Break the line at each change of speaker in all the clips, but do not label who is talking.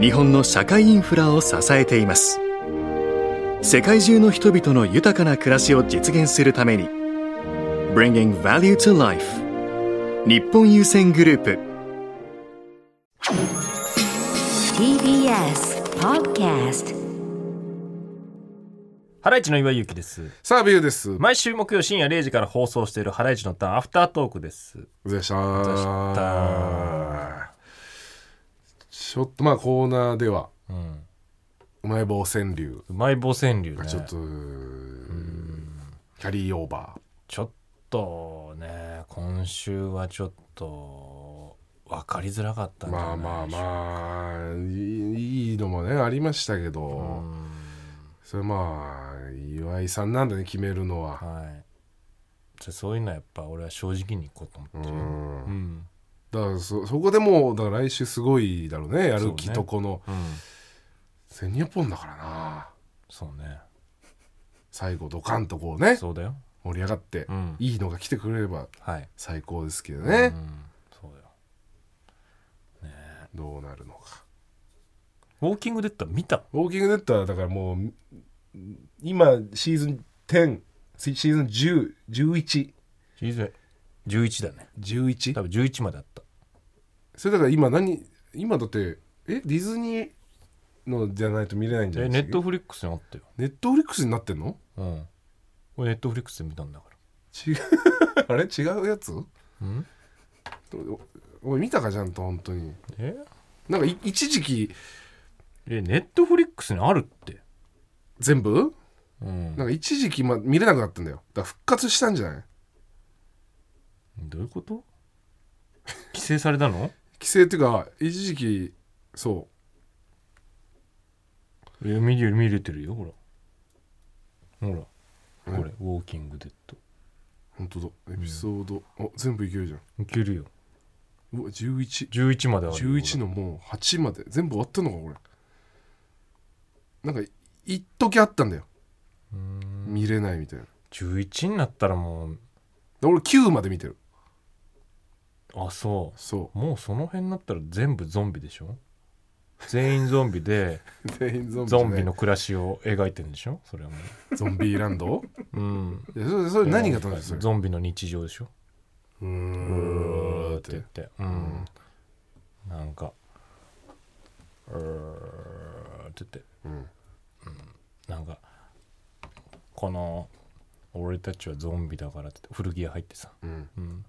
日本の社会インフラを支えています世界中の人々の豊かな暮らしを実現するために Bringing Value to Life 日本郵船グループ
TBS Podcast
ハライチの岩井ゆきです。
さあ、ビューです。
毎週木曜深夜0時から放送しているハライチのターンアフタートークです。
お疲れ様でした
お疲れ様で
ちょっとまあコーナーでは、
ん
うまい棒川柳
うまい棒川柳ね。
がちょっと、キャリーオーバ
ちょっとね、今週はちょっと分かりづらかった
ー
んじゃな
まあ
い
まあまあいいいいのもねありましたけど、それまあ岩井さんなんだね決めるのは、
はい。じゃあそういうのはやっぱ俺は正直にいこうと思ってるよ。うん。
だからそそこでもうだから来週すごいだろうねやる気とこの、
うん。
1200本だからな
そうね。
最後ドカンとこうね
そうだよ。
盛り上がって、
ん
いいのが来てくれれば
はい。
最高ですけどね、
そうだよ。
どうなるのか
ウォーキングデッドは見た
ウォーキングデッドはだからもう今シーズン10シシーズン101111
?11 だね。多分11まであった。
それだから今何今だってえディズニーのじゃないと見れないんじゃな
え、
い
ネ
です
ットフリックスにあったよ。
ネットフリックスになってんの
うん。俺ネットフリックスで見たんだから。
違う あれ違うやつおおい見たかちゃんと本当に
え
なんかい一時期
えネットフリックスにあるって
全部
うん
なんか一時期、ま、見れなくなったんだよだから復活したんじゃない
どういうこと規制されたの
規制っていうか一時期そう
いや見れ見れてるよほらほらこれ「ウォーキングデッド
本当だエピソード、あ全部いけるじゃん」
いけるよ
うわ1111
11まであるよ
のもう8まで全部終わったのかこれなんか一時あったんだよ見れないみたいな
11になったらもう
で俺9まで見てる
あそ
そう
もうその辺になったら全部ゾンビでしょ全員ゾンビで
う全員 ゾンビじゃ
ゾ
ない
ンビの暮らしを描いてるんでしょそれはもう
ゾンビラ ンド
うん
いやそれそれ何が楽しいそれ
ゾンビの日常でしょ
うーんっ
って言
て
って、うん、なんか「うー」って言って、うんなんかこの「俺たちはゾンビだから」って言って古着屋入ってさ、
ん
うん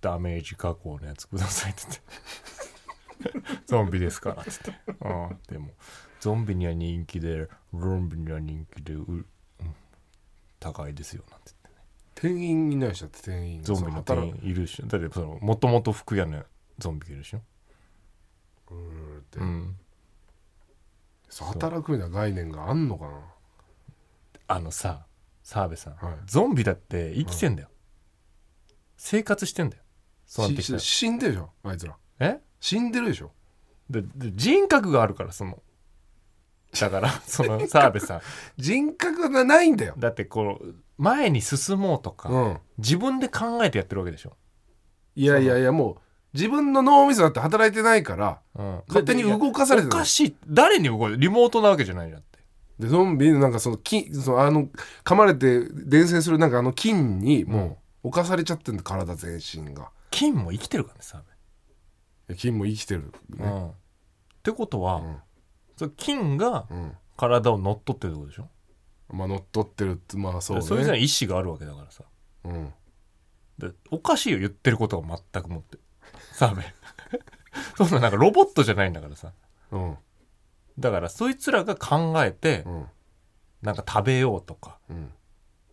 ダメージ加工のやつください」って 言って「ゾンビですから」って言って、うん、でもゾンビには人気でゾンビには人気でう、うん、高いですよなんて言って。
店員いないしだって店員
ゾンビの店員いるでしょだってそのもともと服屋のゾンビがいるでしょ
その働くそう働くみたいな概念があんのかな
あのさ澤部さん、
はい
ゾンビだって生きてんだよ、生活してんだよそうなって
し
きたら
し死んでるでしょあいつら
え
死んでるでしょ
でで人格があるからそのだ からその澤部さん
人格がないんだよ
だってこう前に進もうとか、
うん
自分で考えてやってるわけでしょ、
いやいやいやもう自分の脳みそだって働いてないから
うん、
勝手に動かされて
お
る
かしい誰に動いてリモートなわけじゃないじゃんって
でゾンビのなんかその筋そのあの噛まれて伝染するなんかあの菌にもう侵されちゃってんだ体全身が
金も生きてるからね澤部
いや菌も生きてる、
う
ね
んってことは、
ん
その菌が
ん
体を乗っ取ってるってことでしょ
まあ乗っ取ってるってまあそう
そ
ね
それぞれ意思があるわけだからさ
うん、
でおかしいよ言ってることが全くもって 澤部そんななんかロボットじゃないんだからさ
うん
だからそいつらが考えて、
ん
なんか食べようとか、
ん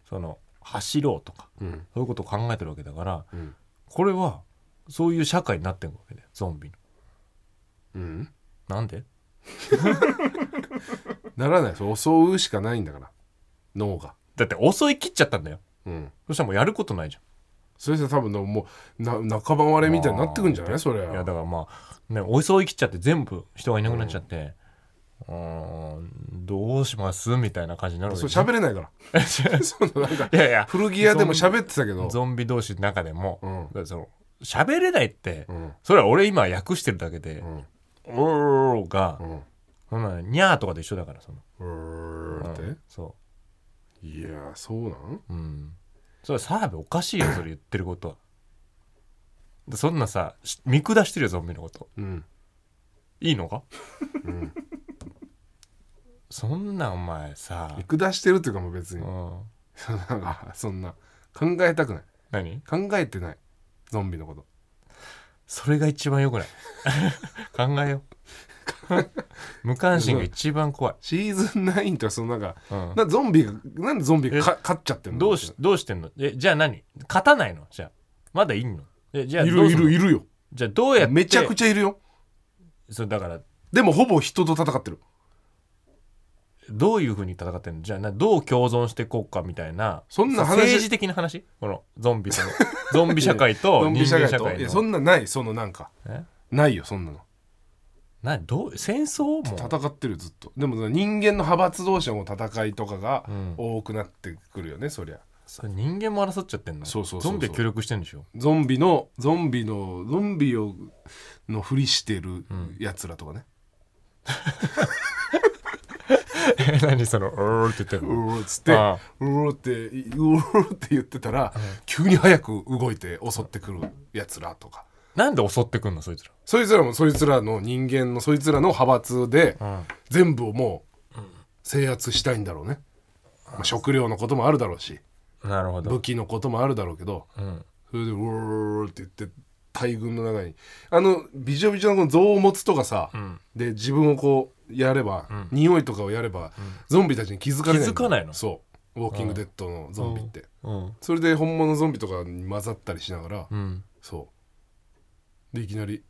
その走ろうとか、
うん
そういうことを考えてるわけだから、
ん
これはそういう社会になってるわけだよゾンビの
うん
なんで
ならないです襲うしかないんだから脳が
だって襲い切っちゃったんだよ
うん
そしたらもうやることないじゃん
それじゃ多分なもうな半ば割れみたいになってくんじゃないそれ
いや
は
だからまあね襲い切っちゃって全部人がいなくなっちゃって、うーん、どうしますみたいな感じになるわ
そ
け
れ
じゃん
喋れないからそうなんか
いやいや
古着屋でも喋ってたけど
ゾンビ同士の中でも、
うん
だからその喋れないって、
うん
それは俺今訳してるだけで
うん
「おーおーおーが、
うん
そんなにゃーとかと一緒だからその、
う
うん
ーって
そ
いやそうなん
ううんそれ澤部おかしいよそれ言ってることはでそんなさし見下してるよゾンビのこと
うん
いいの か、そんなお前さ
見、下してるっていうかもう別
う
に
ん、
そんなそんな考えたくない
何
考えてないゾンビのこと
それが一番よくない 考えよう 無関心が一番怖い、
シーズン9ってそのなんか
うん
なんでゾンビがなんでゾンビがか勝っちゃってんの
どうしどうしてんのえじゃあ何勝たないのじゃあまだいんのえじゃあ
い
どう
る
す
い
んの
るいるよ
じゃあどうやって
めちゃく
ち
ちゃいるよ
ゃそうだから
でもほぼ人と戦ってる
どういうふうに戦ってんのじゃあなどう共存していこうかみたいな
そんな話
政治的な話このゾンビ とのゾンビ社会と
ゾン
人
ビ
間
社
社
会と
会
いや
の
そんなないそのなんか
え
ないよそんなの
などう戦争も
戦ってるずっとでも人間の派閥同士の戦いとかが
うん
多くなってくるよねそりゃ
それ人間も争っちゃってんの
そうそうそうそう
ゾンビは協力してんで しょ
ゾンビのゾンビのゾンビをのふりしてるやつらとかね、
え何その「おー」って言ってる
うおーっつってう
ああ
おーってうおーって言ってたら、急に早く動いて襲ってくるやつらとか
なんで襲ってくんのそいつ
そいつらもそいつらの人間のそいつらの派閥で、
ら、うん、
全部をもう制圧したいんだろうね、まあ、食料のこともあるだろうし
なるほど
武、器のこともあるだろうけど
うん、
それで「うおー」って言って大軍の中にあのびちょびちょのこの像を持つとかさ、
ん
で自分をこうやれば、匂いとかをやれば、ゾンビたちに気づかれないんだよ
気づかないの
そう「ウォーキングデッド」のゾンビって、
うん
それで本物のゾンビとかに混ざったりしながら、
うん
そうでいきなり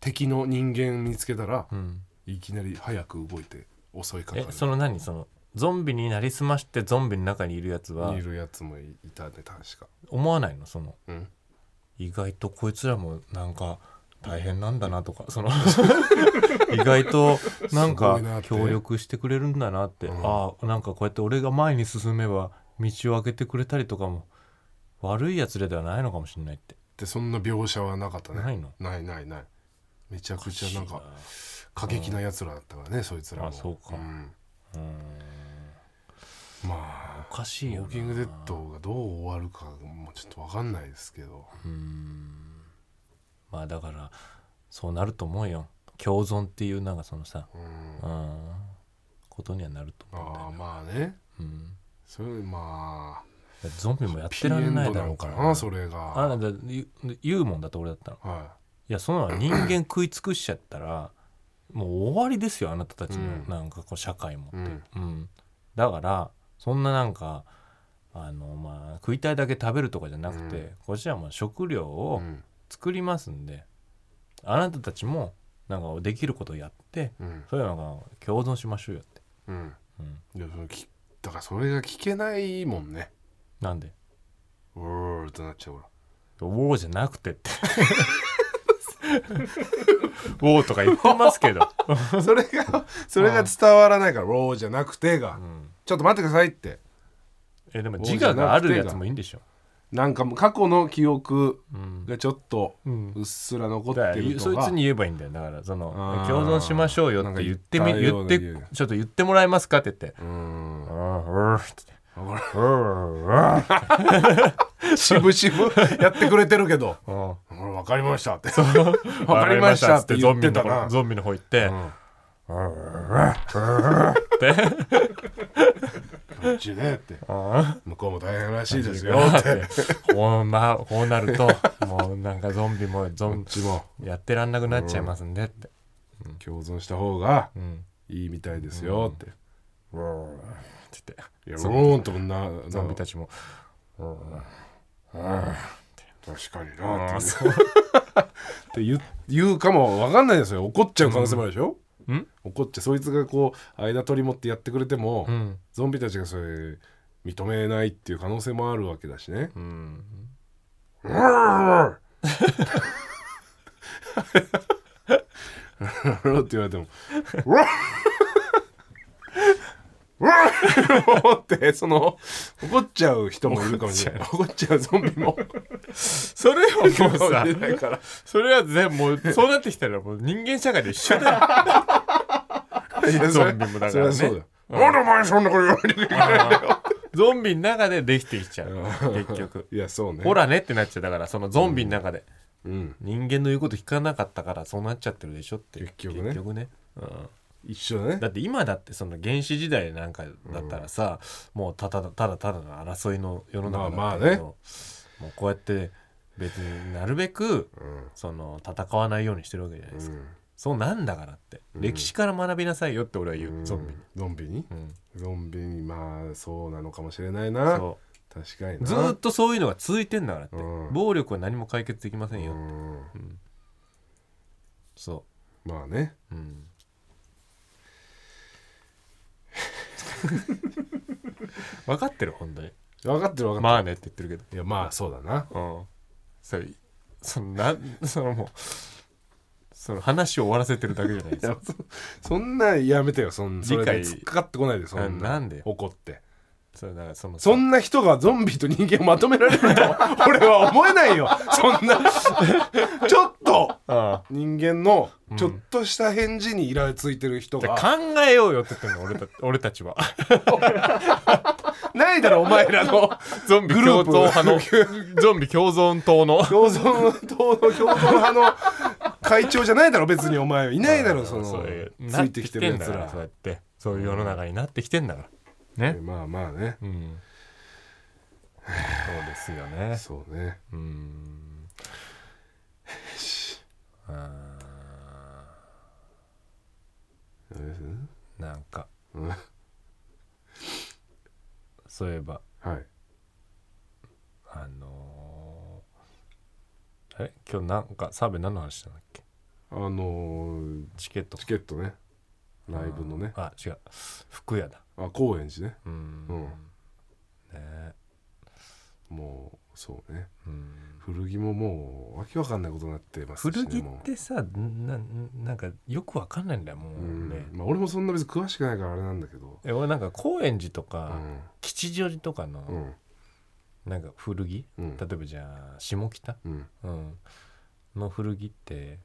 敵の人間見つけたら、
うん
いきなり早く動いて襲いかか
え
る
その何そのゾンビになりすましてゾンビの中にいるやつはい
るやつもいたね確か、
思わないのその
うん、
意外とこいつらもなんか大変なんだなとかそ の意外となん
すご
か
いなって
協力してくれるんだなって
うん
ああなんかこうやって俺が前に進めば道を開けてくれたりとかも悪いやつらではないのかもしれないって
でそんな描写はなかったね
ないの
ないないないめちゃくちゃなん
お
か
か
過激なやつらだったからね、そいつらも
あそうか
ん
しいなうん
まあ
おか
ウ
しいよ
ォ
な
ーキングデッドがどう終わるかもちょっと分かんないですけど
うんまあだからそうなると思うよ共存っていうなんかそのさ
うん
うんことにはなると思うんだ
あ
よ
あ
ね、
まあね
うん、
それまあ
ゾンビもやってられないだろうから
ピンエンドなのそれ
あな
が
た言う言うもんだって俺だったの
はい
やそんなの人間食い尽くしちゃったらもう終わりですよあなたたちの
うん
なんかこう社会も
い、う、ん、
うん、だからそんななんかあのまあ食いたいだけ食べるとかじゃなくて、
うん
こっちらもう食料
う
を
ん
作りますんで、あなたたちもなんかできることをやって
うん
そういうのが共存しましょうよって、
うん
うん、
いやそのきだからそれが聞けないもんね
なんで
うーってなっちゃうか
「ウォー」じゃなくてっ て「ウォー」とか言ってますけ ど、
らそれがそれが伝わらないから「ウォー」じゃなくてが、
うん
ちょっと待ってくださいって
えでも自我があるやつもいいんでしょ、
なんかもう過去の記憶
うん
がちょっと
うん
うっすら残っ
だか
て
ら
る
そ
と
い
か、
つに言えばいいんだよだからその
あー
共存しましょうよって言ってみ
なんか言
言っ
っ
たて
ような言う
ちょっと言ってもらえますかって言って「う
う
んんうん」って
わか
「うんうん
る渋々やってくれてるけど
うん
「俺分かりました」って「分かりました」って
ゾ
言
ン
っ
ビの
てた
方
な
ゾンビの方行って
うん
「うんうんうん」って
こっちねって
うん
向こうも大変らしいですよ
っ
って
てほんまこうなる ともうなんかゾンビもゾ
こっ
ン
ちも
やってらんなくなっちゃいますんでって
共存した方が
うん
いいみたいですよって、
「うん」って言って
いや
そう
ローンともな
ゾンビた
ち
ちも「うんうん
確かに なって
うん
って言う言うかも分かんないですよ怒っちゃう可能性もあるでしょ、
ん
怒っちゃそいつがこう間取り持ってやってくれても、
うん
ゾンビたちがそれ認めないっていう可能性もあるわけだしね。
うん
あろって言われても「わーわーってその怒っちゃう人もいるかもしれない怒っちゃうゾンビも
それは
か
も
も
う
し
さ
れないから
それは全部もうそうなってきたらもう人間社会で一緒だよ
いや
ゾンビもだからね
それはそうだよなんでお前そんなこと言われる
ゾンビの中でできてきちゃう結局
いやそうね
ほらねってなっちゃうだからそのゾンビの中で、
うん
人間の言うこと聞かなかったからそうなっちゃってるでしょって
結局ね
結局ねうん
一緒だね
だって今だってその原始時代なんかだったらさ、もうただただただの争いの世の中だったけど、
まあまあね
もうこうやって別になるべく
うん
その戦わないようにしてるわけじゃないですか、
うん
そうなんだからって、歴史から学びなさいよって俺は言う、ゾンビに、
ゾンビに
うん
ゾンビにまあそうなのかもしれないな
そ
確かに
う
な
ずーっとそういうのが続いてんだからって、
うん
暴力は何も解決できませんよ、
うん
そ
まあね
う、うん、 分かってる本当に
分かってる分かってる、
まあねって言ってるけど
いやまあそうだな
うんそれそのなそのもうその話を終わらせてるだけじゃないです
いや
か
そそんなやめてよそんそれで
理解
突っかかってこないでそん
ななんで
怒って
それだからその
そんな人がゾンビと人間をまとめられると俺は思えないよそ んなちょっと
ああ
人間のちょっとした返事にイラついてる人
じゃ
が、
あ考えようよって言ってるの俺た 俺たちは
ないだろ お前らの
ゾンビ
グル
共
ープ
存派の ゾンビ共存党の
共存党の共存派の会長じゃないだろ別にお前はいないだろその
そういう
つ
なっ
いてきてるやつ
んだからそうやってそういう世の中になってきてんだからね
まあまあね
うんそうですよね
そうね
うんあーなんか
うんは
そういえば
い
あのー、あれ今日なんか澤部何の話したんだっけ
あのー
チケット
チケットねライブのね
あ違う服屋だ
あ高円寺ね
うん
うん
ねえ
もうそうね
うん
古着ももうわけわかんないことになってますし、ね、
古着
も
っ
う
てさななんかよくわかんないんだよも
う
うんね、
まあ、俺もそんな別に詳しくないからあれなんだけど
え俺なんか高円寺と
う
か、
ん
吉祥寺とか
う
の
ん
なんか古着、
うん
例えばじゃあ下北、
うん
うん、の古着って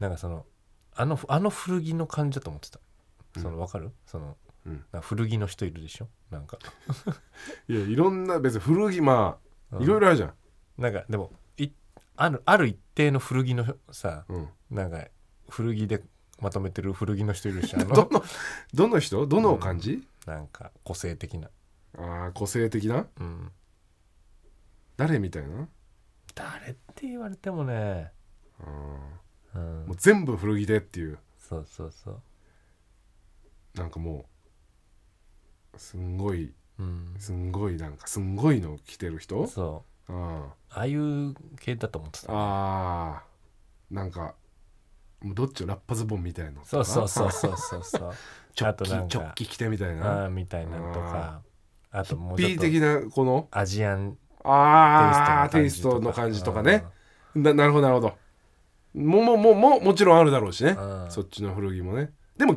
なんかそのあのあの古着の感じだと思ってたそのわかるその
うん
なんか古着の人いるでしょなんか
いやいろんな別に古着まあいろいろあるじゃん
なんかでもいあるある一定の古着のさ
うん
なんか古着でまとめてる古着の人いるでしょあ
ど
の
のどの人どの感じ、
なんか個性的な、
ああ個性的な
うん、
誰みたいな
誰って言われてもね、
あ
う、
ーもうん全部古着でっていう
そうそうそう、
なんかもうすんごい
うん、
すんごいなんかすんごいの着てる人
そう
あ
ああいう系だと思って
あ
た
あーなんかもうどっちよラッパズボンみたいのと
そう
か
そうそうそうそうそう
チョ
あ
ッ
と
キ
なん
チョ
か
ッキ着てみたい
あ
な
ーみたいなのとかあともうちょっ
B
と
的なこの
アジアン
ああテ
テ
イ
イ
ス
ス
ト
ト
の
の
感
感
じ
じ
と
と
か
か
ねななるほどなるほどもももももちろんあるだろうしね
うん
そっちの古着もねでも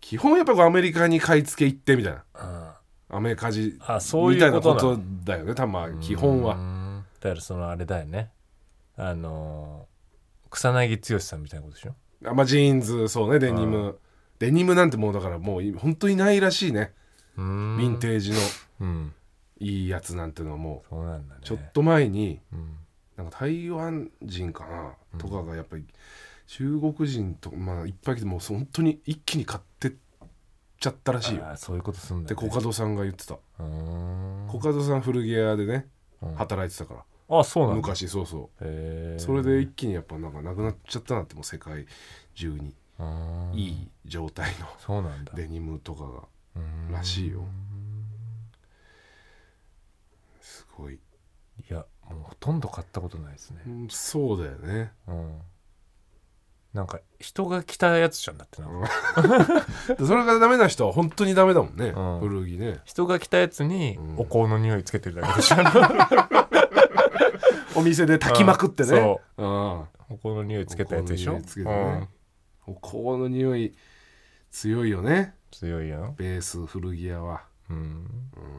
基本やっぱこうアメリカに買い付け行ってみたいな
うん
アメリカ人
あそう
み
い
たいうな
こ
こと
な
とだよねたま基本
う
は
んだからそのあれだよねあのー草薙剛さんみたいなことでしょ
あまあジーンズそうねデニムデニムなんてもうだからもうい本当にないらしいね
う
ヴ
ん
ィンテージの
うん
いいやつなんてのはも
そうなんだね
うちょっと前に
うん
なんか台湾人かなとかがやっぱり中国人とまあいっぱい来てもう本当に一気に買ってっちゃったらしいよ
あーそういうことすんだ
で
ね
コカドさんが言ってた
うーん
コカドさん古着屋でね
うん
働いてたか
あそう
ら
なんだ
昔そうそ
へ
う
ー
それで一気にやっぱなんかなくなっちゃったなってもう世界中に
うーん
いい状態の
そうなんだ
デニムとかが
うーん
らしいよすごい、
いやもうほとんど買ったことないですね
うんそうだよね
うんなんか人が着たやつじゃんだってな、
うんそれがダメな人は本当にダメだもんね、
うん
古着ね
人が着たやつに
うん
お香の匂いつけてるだけでし ょ
お店で炊きまくってね、
うんそ
うん
お香の匂いつけたやつでし
お
ょ
香の匂いつけてねお香の匂い強いよね
うん強いやん
ベース古着屋は、
うん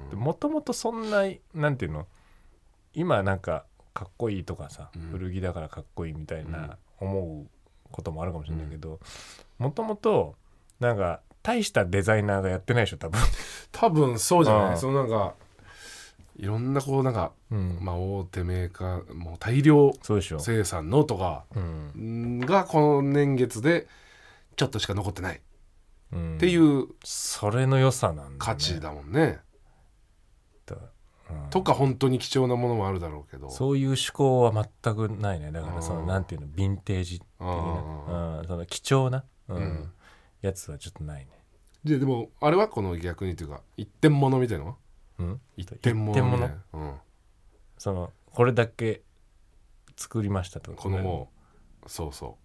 うん
もともとそんななんていうの今なんかかっこいいとかさ、
うん
古着だからかっこいいみたいな思うこともあるかもしれないけどもともとなんか大したデザイナーがやってないでしょ多分、
多分そうじゃない、
うん
そのなんかいろんなこうなんか、
うん
まあ、大手メーカーもう大量
そうでしょ、
生産のとか
うん
んがこの年月でちょっとしか残ってない
っ
っていううん
それの良さなんだ、ね、
価値だもんね、
うん
とか本当に貴重なものもあるだろうけど
そういう思考は全くないねだからその
うん
なんていうのヴィンテージ的な、うん、その貴重な、うん
うん
やつはちょっとないね、
ででもあれはこの逆にというか一点物みたいなのは
うん、
一点物みたいなうん
そのこれだけ作りましたと
このもうそうそ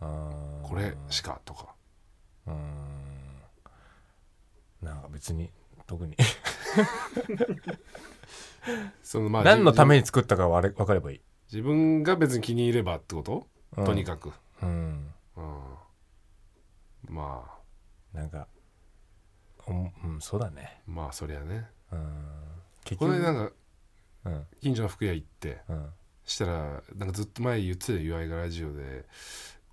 ううんこれしかとか
うんなんか別に特に
そ のまあ
何のため
に
に作ったかはあれ分かればいい、
自分が別に気に入ればってこと、
うん
とにかく、
うん、
うん、まあ
なんかおうんそうだね
まあそりゃね
うん結
こ
局
の間なんか
うん
近所の服屋行って
うん
したらなんかずっと前言ってた岩井がラジオで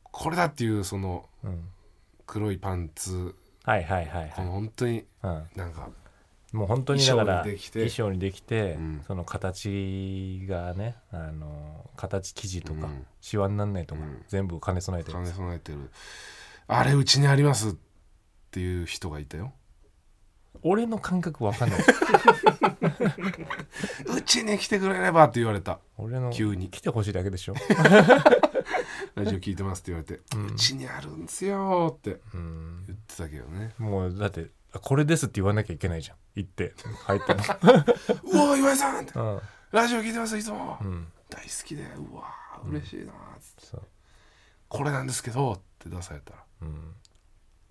これだっていうその
うん
黒いパンツ
はいはいはい
こ
はい
の本当に
うん
なんか
もう本当にだから
衣装にできて
衣装にできて、
うん
その形がねあの形生地とか、
うん
シワになんないとか、
うん
全部兼ね備えてる
兼
や
ね
つ
備えてるあれうちにありますっていう人がいたよ
俺の感覚わか んない
うちに来てくれればって言われた
俺の
急に
来てほしいだけでしょ、
ラジオ聞いてますって言われて「うちにあるんですよ」って
うん、
言ってたけどね
もうだってあこれですって言わなきゃいけないじゃん行って入った
「うわ岩井さん!」って
の
「ラジオ聞いてますいつも、
うん、うん、
大好きでうわー嬉しいな」つって
そう、
これなんですけど」って出されたら
うん、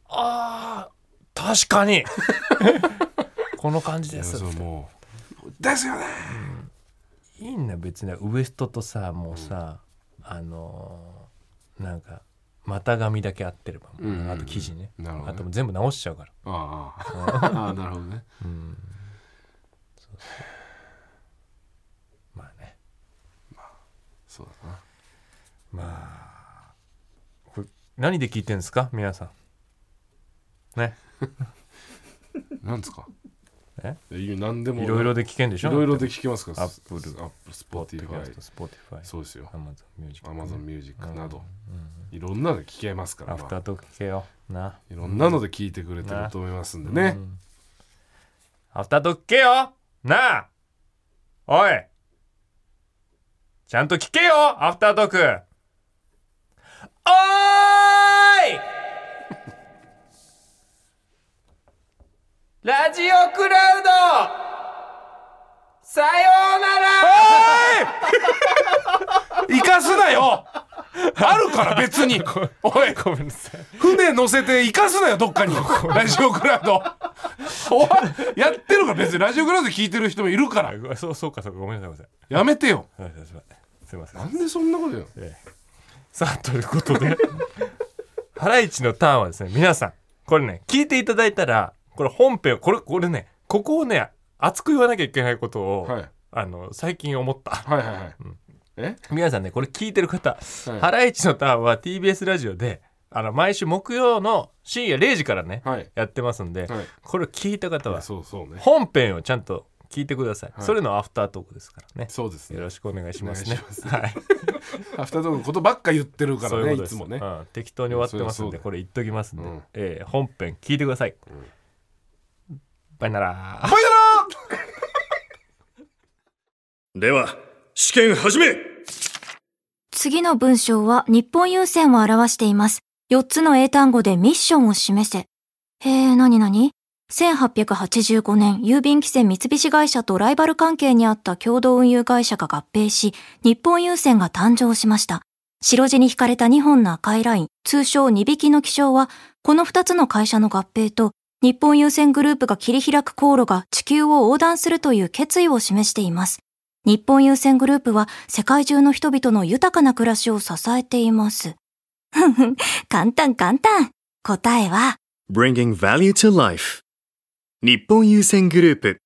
あー 確か にこの感じ
い
で
や
す
そうもう「ですよね
いいんだ別にウエストとさもうさ、あのーなんか股髪だけ合ってれば、
うんうんうん
あと生地ね
なるほど
あ
ね
ともう全部直しちゃうから
ああ ああなるほどね
うんそうそうまあね
そうだな
まあこれ何で聞いてんですか皆さんね
なんですか
え
いや何でも
いろいろで聞けんで
い
しょ
ろいろで聞けますから
アップル
アップルス
ポ
ポ
ッ
ティ
ド
フ
キャスト
ァイ
スポーティファイ
そうですよ
アマゾンミュージック
アマゾンミュージックなど、
うん
いろんなの聞けますから、
ア
ま
フタ
あ
ートーク聞けよない
ろんなので聞いてくれてると思いますんでね、
うんアフタートーク聞けよなあおいちゃんと聞けよアフタートークおー いラジオクラウドさようなら
生かすなよあるから別に
おいごめんなさい
船乗せて生かすなよど っかにラジオクラウドおいやってるから別にラジオクラウド聞いてる人もいるから
そうそうかそうかごめんなさいごめんなさい
やめてよ
はいすいませんすいません
なんでそんなことよ
ええさあということで ハライチのターンはですね皆さんこれね聞いていただいたらこれ本編をこれこれねここをね熱く言わなきゃいけないことを、
はい
あの最近思った
はいはいはい、え
皆さんねこれ聞いてる方
はい
ハライチのターンは TBS ラジオであの毎週木曜の深夜0時からね、
はい
やってますんで、
はい
これを聞いた方は
そうそうね
本編をちゃんと聞いてください、
はい
それのアフタートークですからね
そうです
よ
ね
ろしくお願いしますね
お願いしま
はい
アフタートークのことばっか言ってるから
そう
ね
うこ
い
とです
つもね
うん適当に終わってますん
そ
で
りゃそうだよ
これ言っときますんで、
うん
えー本編聞いてください、バイナラー
バイだな
では試験始め
次の文章は日本郵船を表しています。4つの英単語でミッションを示せ。へえ、なになに ?1885 年、郵便規制三菱会社とライバル関係にあった共同運輸会社が合併し、日本郵船が誕生しました。白地に引かれた2本の赤いライン、通称2匹の気象は、この2つの会社の合併と、日本優先グループが切り開く航路が地球を横断するという決意を示しています。日本優先グループは世界中の人々の豊かな暮らしを支えています。ふんふん、簡単簡単。答えは、
Bringing Value to Life 日本優先グループ